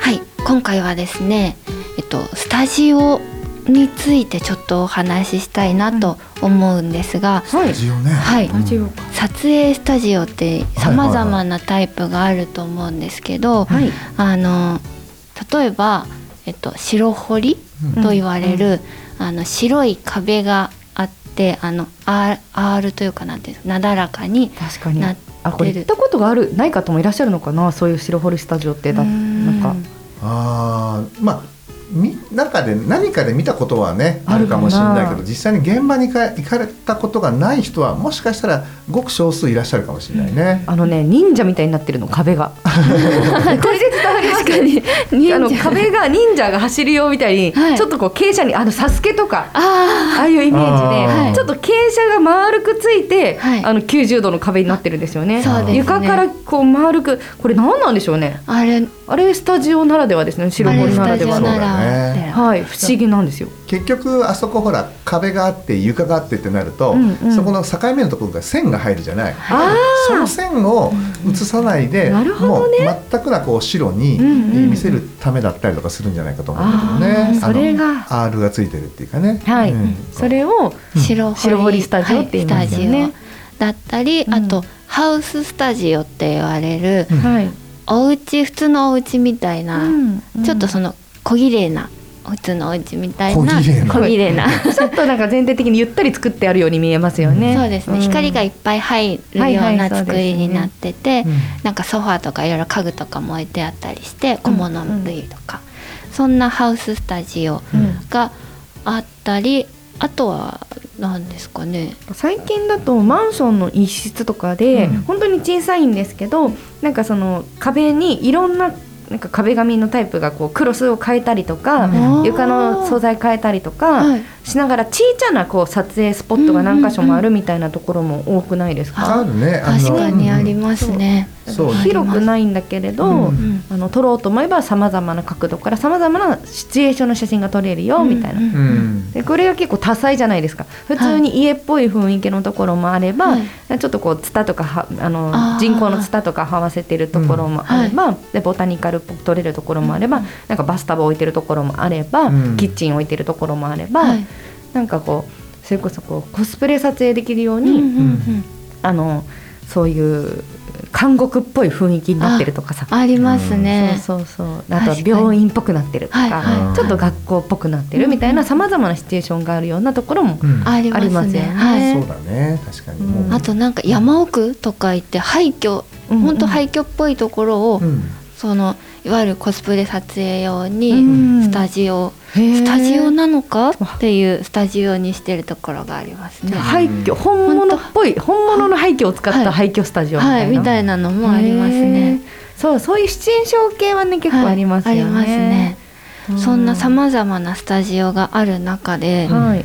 はい、今回はですね、えっとスタジオについてちょっとお話ししたいなと思うんですが、はジオね。はい、うんジオか撮影スタジオって様々なタイプがあると思うんですけど、はいあの例えばえっと白堀うんと言われる、あの白い壁があって、あのアールというかなんていうのなだらかに確かになっあこれてる行ったことがあるない方もいらっしゃるのかなそういう白ホルスタジオってだなんかああ、まあ、み、中で、何かで見たことはね、あるかもしれないけあるかど、な実際に現場にか行かれたことがない人は、もしかしたら、ごく少数いらっしゃるかもしれないね。あのね忍者みたいになってるの 壁がこれで伝わりますかにあの壁が忍者が走るよみたいに、はいちょっとこう傾斜にあのサスケとかあああいうイメあーージはいでちょっと傾斜が丸くついて、はいあの90度の壁になってるんですよねそうですね床からこう丸くこれ何なんでしょうねああれあれスタジオならではですね白あれ堀スならタでジはオそうだなよねらではい不思議なんですよ結局、あそこほら、壁があって、床があってってなると、うんうんそこの境目のところが線が入るじゃない。あその線を映さないで、なるほもうどね全くなこう白にうんうん見せるためだったりとかするんじゃないかと思うんだあけどーね。それがあの R がついてるっていうかね。はい、うんそれを白堀白堀スタジオって言いますよねはいスタジオだったり、うんあとハウススタジオって言われる、うんはい、お家普通のお家みたいな、うんちょっとその小綺麗な普通のお家みたい小な綺麗ななちょっとなんか全体的にゆったり作ってあるように見えますよね。 そうですね、ん光がいっぱい入るようはいはないそうです作ねりになってて、うんなんかソファーとかいろいろ家具とかも置いてあったりして小物類とか、そんなハウススタジオがあったり、あとは何ですかね最近だとマンションの一室とかで、うん本当に小さいんですけどなんかその壁にいろんななんか壁紙のタイプがこうクロスを変えたりとか、うん床の素材変えたりとはかいしながら小さなこう撮影スポットが何箇所もあるみたいなところも多くないですか、あるね。あの確かにありますね。うんそうね。広くないんだけれど、うんうんあの撮ろうと思えばさまざまな角度からさまざまなシチュエーションの写真が撮れるよみたいな、うんうん。でこれが結構多彩じゃないですか普通に家っぽい雰囲気のところもあれば、はいちょっとこうツタとかはあのあー人工のツタとかはわせてるところもあれば、でボタニカルっぽく撮れるところもあれば、なんかバスタブ置いてるところもあれば、うんキッチン置いてるところもあれば、はいなんかこうそれこそこうコスプレ撮影できるように、うんうんうんあのそういう監獄っぽい雰囲気になってるとかさありますね。そうそうそうあとは確かに病院っぽくなってるとか、はいはいちょっと学校っぽくなってるみたいなさまざまなシチュエーションがあるようなところも、うんありますね。ありますよねはい。そうだね。確かに。もうあとなんか山奥とか行って廃墟、うんうん本当廃墟っぽいところを、うんそのいわゆるコスプレ撮影用うにんスタジオ、へースタジオなのかっていうスタジオにしてるところがありますね。廃う墟ん本物っぽい本物の廃墟を使っはいた廃墟スタジオみたはいい、な、みたいなのもありますへねー。そうそういうシチュエーション系はね結構ありますよね、はいありますね。うんそんなさまざまなスタジオがある中で、はい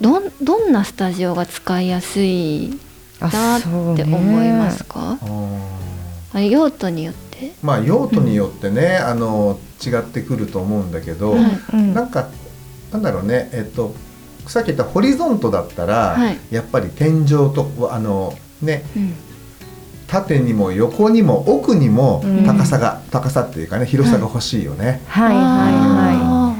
どんどんなスタジオが使いやすいなあっそうねて思いますか？あーあれ用途によって。まあ用途によってね、あの違ってくると思うんだけど、はいうんなんかなんだろうね。えっとさっき言ったホリゾントだったら、はいやっぱり天井とあのねうん縦にも横にも奥にもうん高さが、高さっていうかね広さが欲しいよね。はいはいはいあ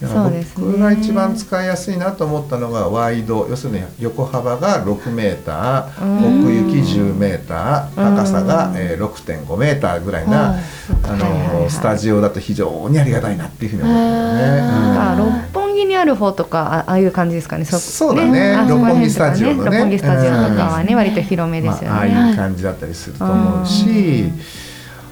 だからそうですね僕が一番使いやすいなと思ったのがワイド要するに横幅が6メーターうん奥行き10メーターうん高さがえー6.5メーターぐらいはないあはいはいはのいスタジオだと非常にありがたいなっていうふうに思ったんだよね。へーうんなんか六本木にある方とかあああいう感じですかね。そうだねあそこら辺六本木スタジオのねとか六本木スタジオとかはね、うん割と広めですよね。まあ、ああいう感じだったりすると思うし、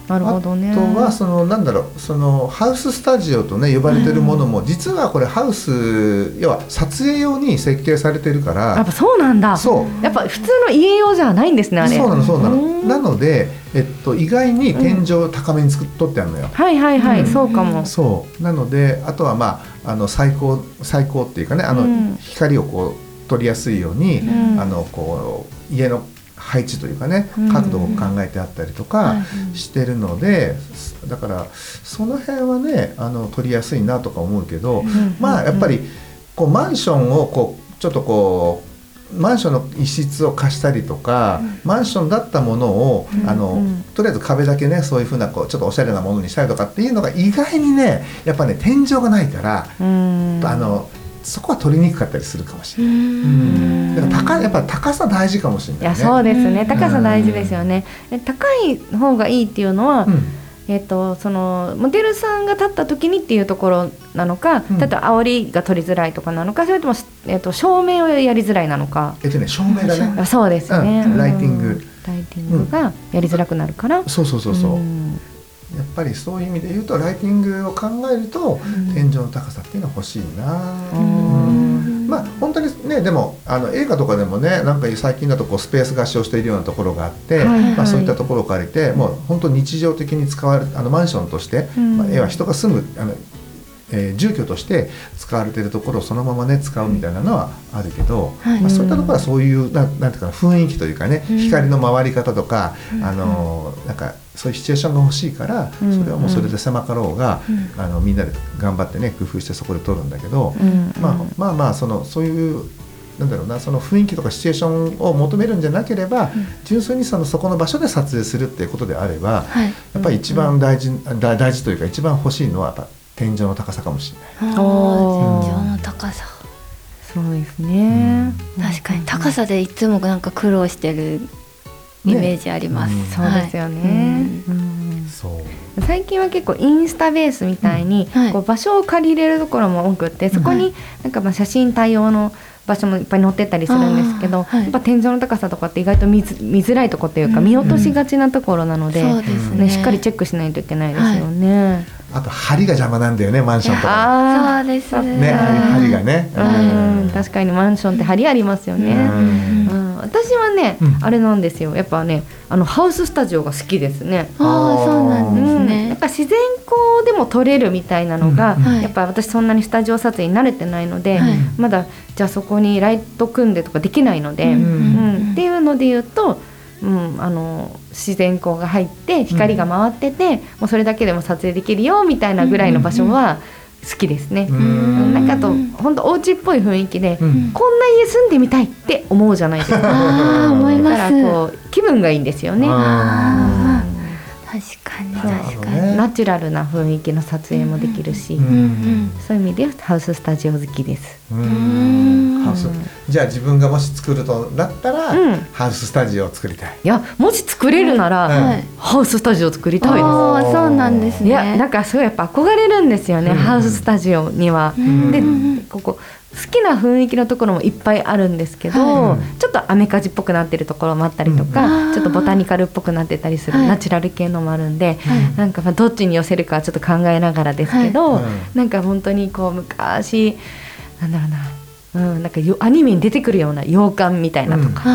なるほどねあとはそのなんだろうそのハウススタジオとね呼ばれてるものも、実はこれハウス要は撮影用に設計されてるかやっらぱそうなんだそうやっぱ普通の家用じゃないんですねあれそうなのそうなのんなので、えっと、意外に天井を高めに作っとってあるのよ、はいはいはい、うんそうかもそうなのであとはまああの最高最高っていうかねあの、うん光をこう取りやすいように、んあのこう家の配置というかねうん角度を考えてあったりとかしてるので、だからその辺はねあの取りやすいなとか思うけど、まあやっぱりこうマンションをこうちょっとこうマンションの一室を貸したりとか、マンションだったものを、あのうんとりあえず壁だけねそういうふうなこうちょっとおしゃれなものにしたりとかっていうのが意外にねやっぱね天井がないから、うんあのそこは取りにくかったりするかもしれない。うんだから高いやっぱ高さ大事かもしれないいね。やそうですね、うん高さ大事ですよね、え高い方がいいっていうのは、うんえっとそのモデルさんが立った時にっていうところなのか、うん例えば煽りが取りづらいとかなのかそれとも、えっと照明をやりづらいなのかえっとね照明だね。あそうですよね、うんライティングうんライティングがやりづらくなるから、そうそうそうそう。んやっぱりそういう意味で言うとライティングを考えると、天井の高さっていうのは欲しいな、うんまあ本当にねでもあの映画とかでもねなんか最近だとこうスペース貸しをしているようなところがあって、はいはいまあ、そういったところを借りてもう本当に日常的に使われあのマンションとして、うんまあ、要は人が住むあの、えー住居として使われているところをそのままね使うみたいなのはあるけど、はいまあ、そういったところはそういうななんていうかな雰囲気というかね、うん光の回り方とか、あのなんかそういうシチュエーションが欲しいから、うんそれはもうそれで狭かろうが、うんあのみんなで頑張ってね工夫してそこで撮るんだけど、うんまあ、まあまあそのそういうなんだろうなその雰囲気とかシチュエーションを求めるんじゃなければ、純粋にそのそこの場所で撮影するっていうことであれば、はいやっぱり一番大事、だ大事というか一番欲しいのはやっぱ天井の高さかもしれない。あー天井おーの高さそうですね、確かに高さでいつもなんか苦労してるイメージあります、ねそうですよね、うんそう最近は結構インスタベースみたいに、うんはいこう場所を借りれるところも多くってそこはになんかまあ写真対応の場所もいっぱい載ってたりするんですけど、あーはいやっぱ天井の高さとかって意外と見づ見づらいところというかうん見落としがちなところなので,、そうですねね、しっかりチェックしないといけないですよね。あと梁が邪魔なんだよねマンションとかあそうですねああいう梁がね。ーうんか確かにマンションって張りありますよね。うんうん私はね、うんあれなんですよやっぱねあのハウススタジオが好きですね。ああそうなんでうすんねやっ、ぱ自然光でも撮れるみたいなのが、うんはいやっぱ私そんなにスタジオ撮影に慣れてないので、はいまだじゃあそこにライト組んでとかできないので、ううんんっていうので言うと、うん、あの自然光が入って光が回ってて、もうそれだけでも撮影できるよみたいなぐらいの場所は好きですね。うんなんかあと本当お家っぽい雰囲気で、うんこんな家住んでみたいって思うじゃないですか。 ああ思いまだからすこう気分がいいんですよね。あ確かにー確かなるほどねにナチュラルな雰囲気の撮影もできるし、ーううんんそういう意味でハウススタジオ好きです。ううんんハウスうんじゃあ自分がもし作るとだったら、うんハウススタジオを作りたい。いやもし作れるなら、うんはいハウススタジオ作りたいでああそうなんですす。ねいやなんかすごいやっぱ憧れるんですよね、うんハウススタジオには。うんでうんここ好きな雰囲気のところもいっぱいあるんですけど、はいちょっとアメカジっぽくなってるところもあったりとか、うんちょっとボタニカルっぽくなってたりする、はいナチュラル系のもあるんで、はいなんかまあどっちに寄せるかはちょっと考えながらですけど、はいうんなんか本当にこう昔なんだろうな、うん、なんかよアニメに出てくるような洋館みたいなとか、あ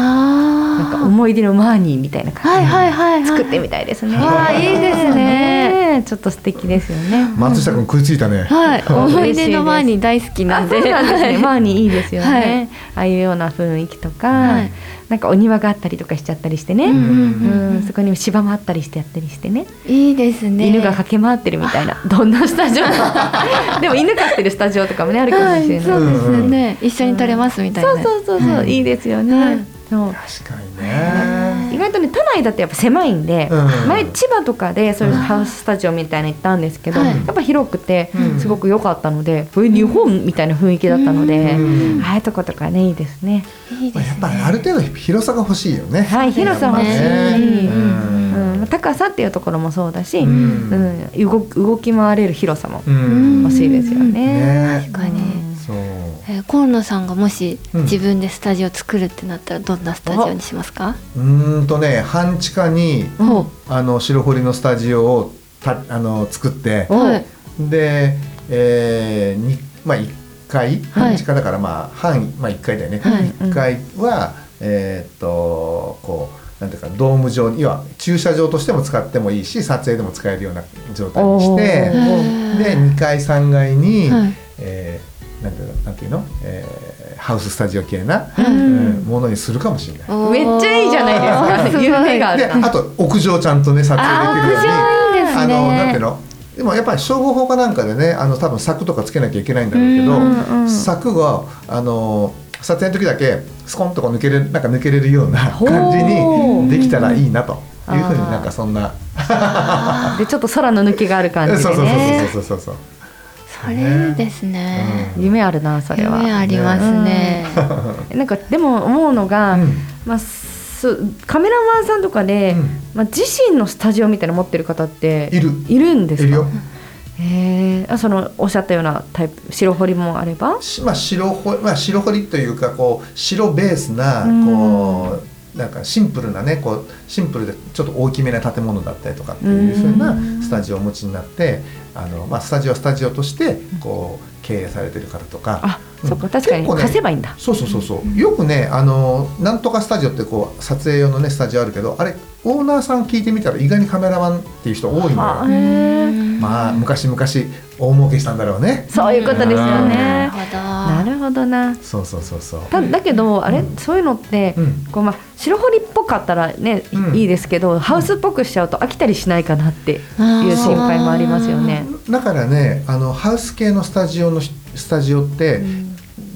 なんあか思い出のマーニーみたいな感じ、はいはいはいはい作ってみたいですね。わあいいですねねちょっと素敵ですよね。松下君食いついたね。はい 嬉しいです思い出の前に大好きなんであそうなんですね、 マーニーいいですよね、はいああいうような雰囲気とか、はいなんかお庭があったりとかしちゃったりしてね、ううんんそこに芝もあったりしてやったりしてねいいですね犬が駆け回ってるみた いなどんなスタジ オでも犬飼ってるスタジオとかもねあるかもはいしれない、そうですね、一緒うんに撮れますみたいなそうそうそうそう、うんいいですよね、はいそう確かにね。意外とね都内だとやっぱ狭いんで、うん前千葉とかでそういうハウススタジオみたいなの行ったんですけど、はいやっぱ広くてうんすごく良かったので、こういう日本みたいな雰囲気だったので、うんああいうとことかねいいですね。いいまあでやすっねぱりある程度広さが欲しいよね。はい広さ欲しいやっぱねうん高さっていうところもそうだし、うん動き動き回れる広さもうんうん欲しいですよね。ね確かにそう。えー河野さんがもしうん自分でスタジオ作るってなったらどんなスタジオにしますか、うーんとね半地下にほうあの白堀のスタジオをたあの作っておはいで、えーにまあ、1階半地下だから、まあ半、まあ、1階だよね、はい1階は、えーっとこうなんていうかドーム状に要は駐車場としても使ってもいいし撮影でも使えるような状態にしおてーで2階3階に、はいえーなんていうのなんていうの、えーハウススタジオ系な、ううんんものにするかもしれない。おーめっちゃいいじゃないですか。すごい夢があでる。あと屋上ちゃんとね撮影できるようにいいですねあのなんていうのでもやっぱり消防法かなんかでねあの多分柵とかつけなきゃいけないんだろうけど、うんうん柵があの撮影の時だけスコンとこう抜けれなんか抜けれるようなほう感じにできたらいいなというふうになんかそんなでちょっと空の抜けがある感そうじそうそでうね。そうそうそうそうそれいいですね、うん夢あるなそれは。夢ありますね、なんかでも思うのが、うんまあそうカメラマンさんとかで、うんまあ自身のスタジオみたいなの持ってる方っているいるんですいか。るよへえ。あそのおっしゃったようなタイプ白堀もあれば。しまあ白ほまあ白彫りというかこう白ベースなうんこうなんかシンプルなねこうシンプルでちょっと大きめな建物だったりとかっていうふうなうんスタジオをお持ちになってあのまあスタジオはスタジオとしてこう経営されてる方とかあ、そっうかん確かに結構ね貸せばいいんだ。そうそうそうそうよくねあのなんとかスタジオってこう撮影用のねスタジオあるけどあれオーナーさん聞いてみたら意外にカメラマンっていう人多いのよあうへえ。んまあ昔々大儲けしたんだろうねそういうことですよなるね。ほどなるほどな。そうそうそうそうただけどあれ、そういうのって、うんこうまあ、白堀っぽかったらね、いうんいいですけどハウスっぽくしちゃうと飽きたりしないかなっていうあー心配もありますよね。だからねあのハウス系のスタジオのひスタジオって、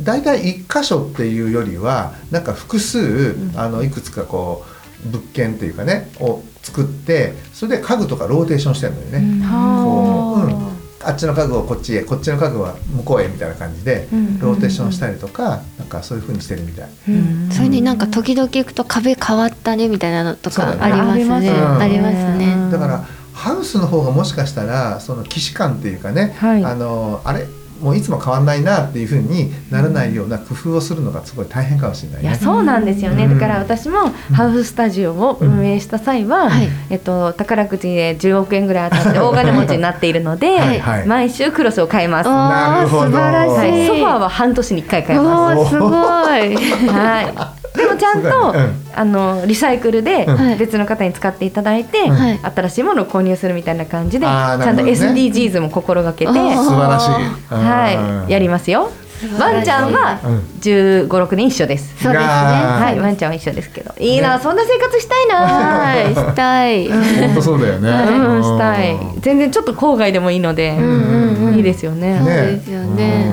大体1箇所っていうよりはなんか複数、あのいくつかこう物件っていうかねを作ってそれで家具とかローテーションしてるのよね。うんこううんあっちの家具をこっちへこっちの家具は向こうへみたいな感じでローテーションしたりとかなんかそういう風にしてるみたい。うんそれになんか時々行くと壁変わったねみたいなのとかそうだありねますね。あありりまますすねね。だからハウスの方がもしかしたらその既視感っていうかね、はいあのあれもういつも変わんないなっていう風にならないような工夫をするのがすごい大変かもしれないいやね。そうなんですよね、うんだから私もハウススタジオを運営した際は、んはいえっと、宝くじで10億円ぐらい当 たって大金持ちになっているのではいはい毎週クロスを買います、はあなーるほど素晴らしい。い、ソファーは半年に1回買います。おーす ごい。はい。でもちゃんすごいと、ねあのリサイクルでうん別の方に使っていただいて、はい新しいものを購入するみたいな感じで、ちあーゃんなるほとどね SDGs も心がけて、あー素晴らしい。はい、やりまますよ晴ら。しいワンちゃんはうん15、6年一緒です。そうですね。あーはい、ワンちゃんは一緒ですけど、いいな、そんな生活したいな。はい、したい。本当そうだよね。うん、うんしたい。全然ちょっと郊外でもいいので、うんうんいいですよね。そうですよね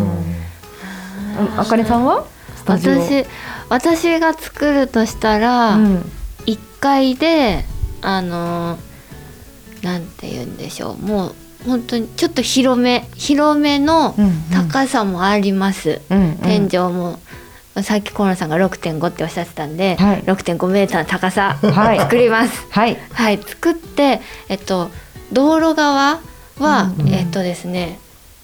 うんあかねさんはスタジオ。私私が作るとしたうらん、一階であのーなんて言うんでしょうもう本当にちょっと広め広めのうんうん高さもあります。うんう天ん井も、さっき河野さんが6.5っておっしゃってたんで、はい6.5メーターの高さ、はい作ります。はい。はい、作って、えっと、道路側は、うんえっとですね、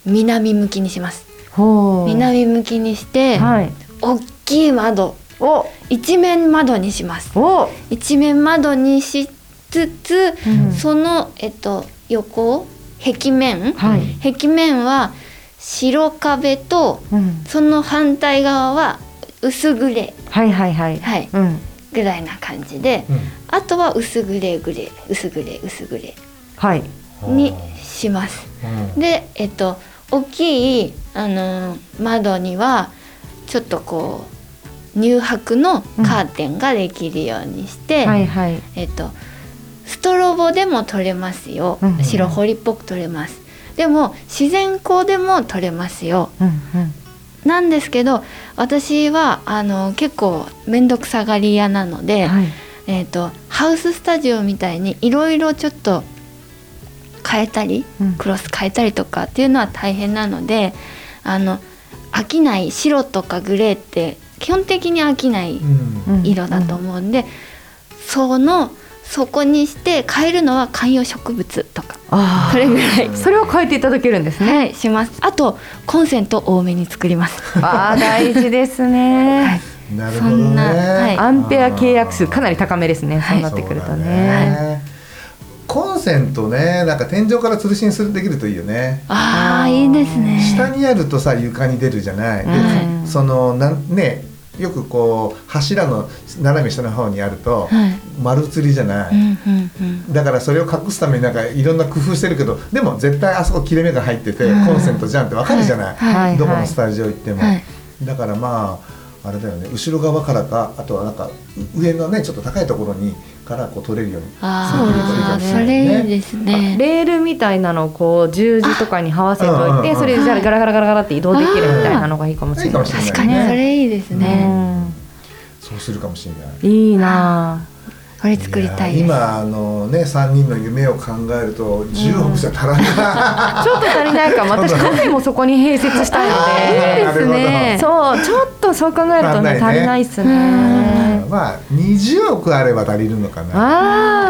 南向きにします。ほう。南向きにして、はい。大きい窓、お、一面窓にします。お、一面窓にしつつ、うんその、えっと、横、壁面、はい。壁面は白壁と、うん、その反対側は薄グレはいはいはい。ー、はい、うん。ぐらいな感じで、あとは薄グレーグレー薄グレー薄グレはい。ーにします。で、えっと、大きい、あのー窓にはちょっとこう乳白のカーテンができるようにして、はいはい。えっと、ストロボでも取れますよ、うんうん白彫りっぽく取れますでも自然光でも取れますよ、うんなんですけど私はあの結構面倒くさがり屋なのうで、ん。はい。えー、とハウススタジオみたいにいろいろちょっと変えたり、うんクロス変えたりとかっていうのは大変なのであの飽きない白とかグレーって基本的に飽きないうんうん色だと思うんで、そのそこにして変えるのは観葉植物とかあそれぐらいーそれを変えていただけるんですね。はいしますあとコンセント多めに作ります あー大事ですね。なるほどそんね、なはいアンペア契約数かなり高めですね。そうなってくるとそうね。だねコンセントねなんか天井から吊るしにするできるといいよねああいいですね下にあるとさ床に出るじゃない、でうんそのなんねよくこう柱の斜め下の方にあると、はい丸吊りじゃない、うんうんうんだからそれを隠すためになんかいろんな工夫してるけどでも絶対あそこ切れ目が入ってて、うんコンセントじゃんってわかるじゃない、はいはいどこのスタジオ行っても、はいだからまああれだよね後ろ側からかあとはなんかう上のねちょっと高いところにからこう取れるようにああそうそいうことですねれいいですねレールみたいなのをこう十字とかに這わせておいあて、それでじゃあガラガラガラガラって移動できるみたいなのがいいかもしれない。あーいいかもし確かにねそれいいですね、そうするかもしれない。うんいいなあ。これ作りたいやです今あのね3人の夢を考えると10億じゃ足らない、ちょっと足りないかも。私カフェもそこに併設したいので。あーいいですねそう、ちょっとそう考えると足んなねいね足りないっすうね。 まあ20億あれば足りるのかな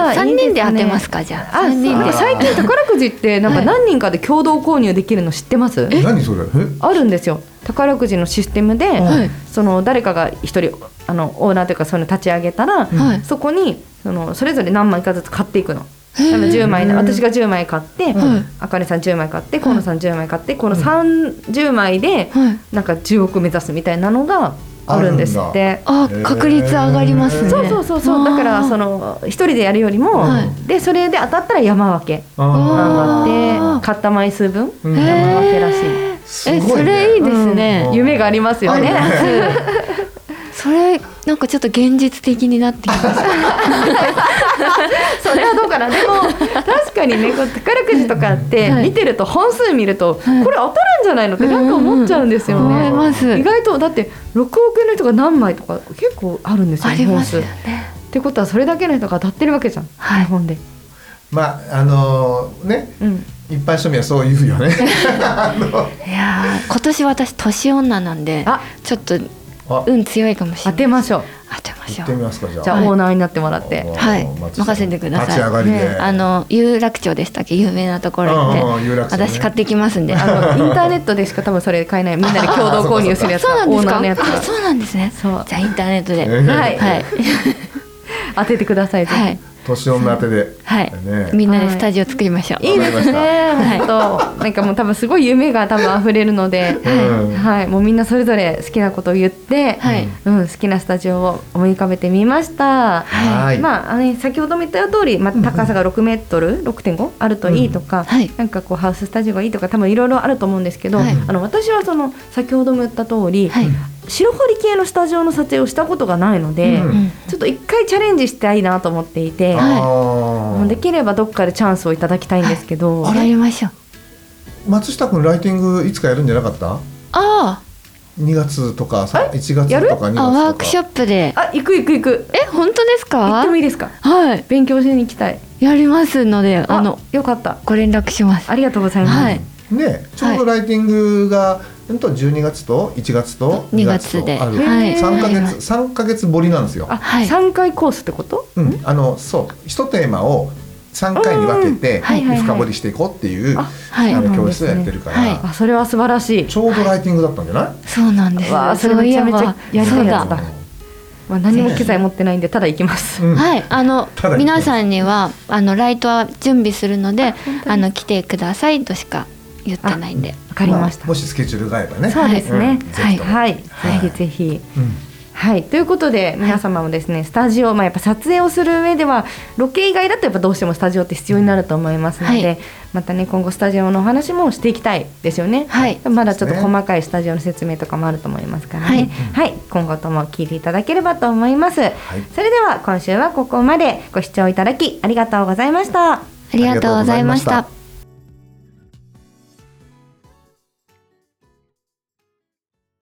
ああ、三人で当てますすかじゃああ、三人そうでで最近宝くじってなんか何人かで共同購入できるの知ってます？何それえあるんですよ。宝くじのシステムで、はいその誰かが一人あのオーナーというかそういうの立ち上げたはら、いそこにそのそれぞれ何枚かずつ買っていくの。へーなので10枚で私が10枚買って、はいあかねさん10枚買って河野さん10枚買ってこの30枚で、はいなんか10億目指すみたいなのがあるんですって。あへー確率上がりますねそうそうそうそうだからそのの一人でやるよりも、はいでそれで当たったら山分けああー頑張って買った枚数分うん山分けらしい。すごいえねそれいいですうねん、夢がありますよね。 それなんかちょっと現実的になってきました それはどうかなでも確かにねこう宝くじとかってはい見てると本数見ると、これ当たるんじゃないのってなんか思っちゃうんですよ思いね。ます意外とだって6億円の人が何枚とか結構あるんですよありますよ本数ねってことはそれだけの人が当たってるわけじゃん、はい日本で。まああのねうん、一般庶民はそう言うよねあのいやー今年私年女なんであちょっとあ運強いかもしれ当ないてましょう当てまし行ょってみうますかじゃあじゃあはいオーナーになってもらって。はいお松任せてください立ち上がりで、ねあの有楽町でしたっけ有名なところうん行うっんて、有楽町ね私買ってきます んであのインターネットでしか多分それ買えないみんなで共同購入するやつそうなだんでオすーナーかのやつあそうなんですねじそうゃあインターネットでえーはいはい当ててくださいぜひはい年女手で、はい、ねみんなでスタジオ作りましょう、いいですねわかりまし、本当、なんかもう多分すごい夢が多分溢れるので、うんはい、もうみんなそれぞれ好きなことを言って、はいうん、好きなスタジオを思い浮かべてみました。はいまあ、あの先ほども言った通り、まあ、高さが6メートル、6.5あるといいとか、はいなんかこうハウススタジオがいいとか、多分いろいろあると思うんですけど、はいあの私はその先ほども言った通り、はい、白堀系のスタジオの撮影をしたことがないのうで、んうんちょっと一回チャレンジしたいなと思っていて。はいあもうでーきればどっかでチャンスをいただきたいんですけど、やりましょう松下君ライティングいつかやるんじゃなかったあ2月とかさ1月とかや2る月とかーあワークショップであ行く行く行くえ本当です行っかてもいいですかはい勉強しに行きたいやりますのでああののよかったご連絡しますありがとうございます、はいねちょうどライティングが、うんと12月と1月と2 2月月でとある、はい3ヶありま月三ヶ月ぶりなんですよあ、はい3回コースってことうん、あのそう一テーマを3回に分けてうんはいはいはい深掘りしていこうっていう、あはいあそうなんですのね教室をやってるから、はいあそれは素晴らしいちょうどライティングだったんじゃない、そうなんですわあそれういえばめちゃめちゃやりたいそうやだつだまあ、何も機材持ってないんでただ行きます、うんはい、あのただ皆さんにはあのライトは準備するので本当にあの来てくださいとしか言ってないんでわかりました、あもしスケジュールが合えばねそうですね、うんはいぜひともはい、はいぜひぜひうんはいということで皆様もですね、スタジオ、まあ、やっぱ撮影をする上ではロケ以外だとやっぱどうしてもスタジオって必要になると思いますので、はいまたね今後スタジオのお話もしていきたいですよね、はいまだちょっと細かいスタジオの説明とかもあると思いますからねはい、今後とも聞いていただければと思います、それでは今週はここまでご視聴いただきありがとうございましたありがとうございましありがとうございましたた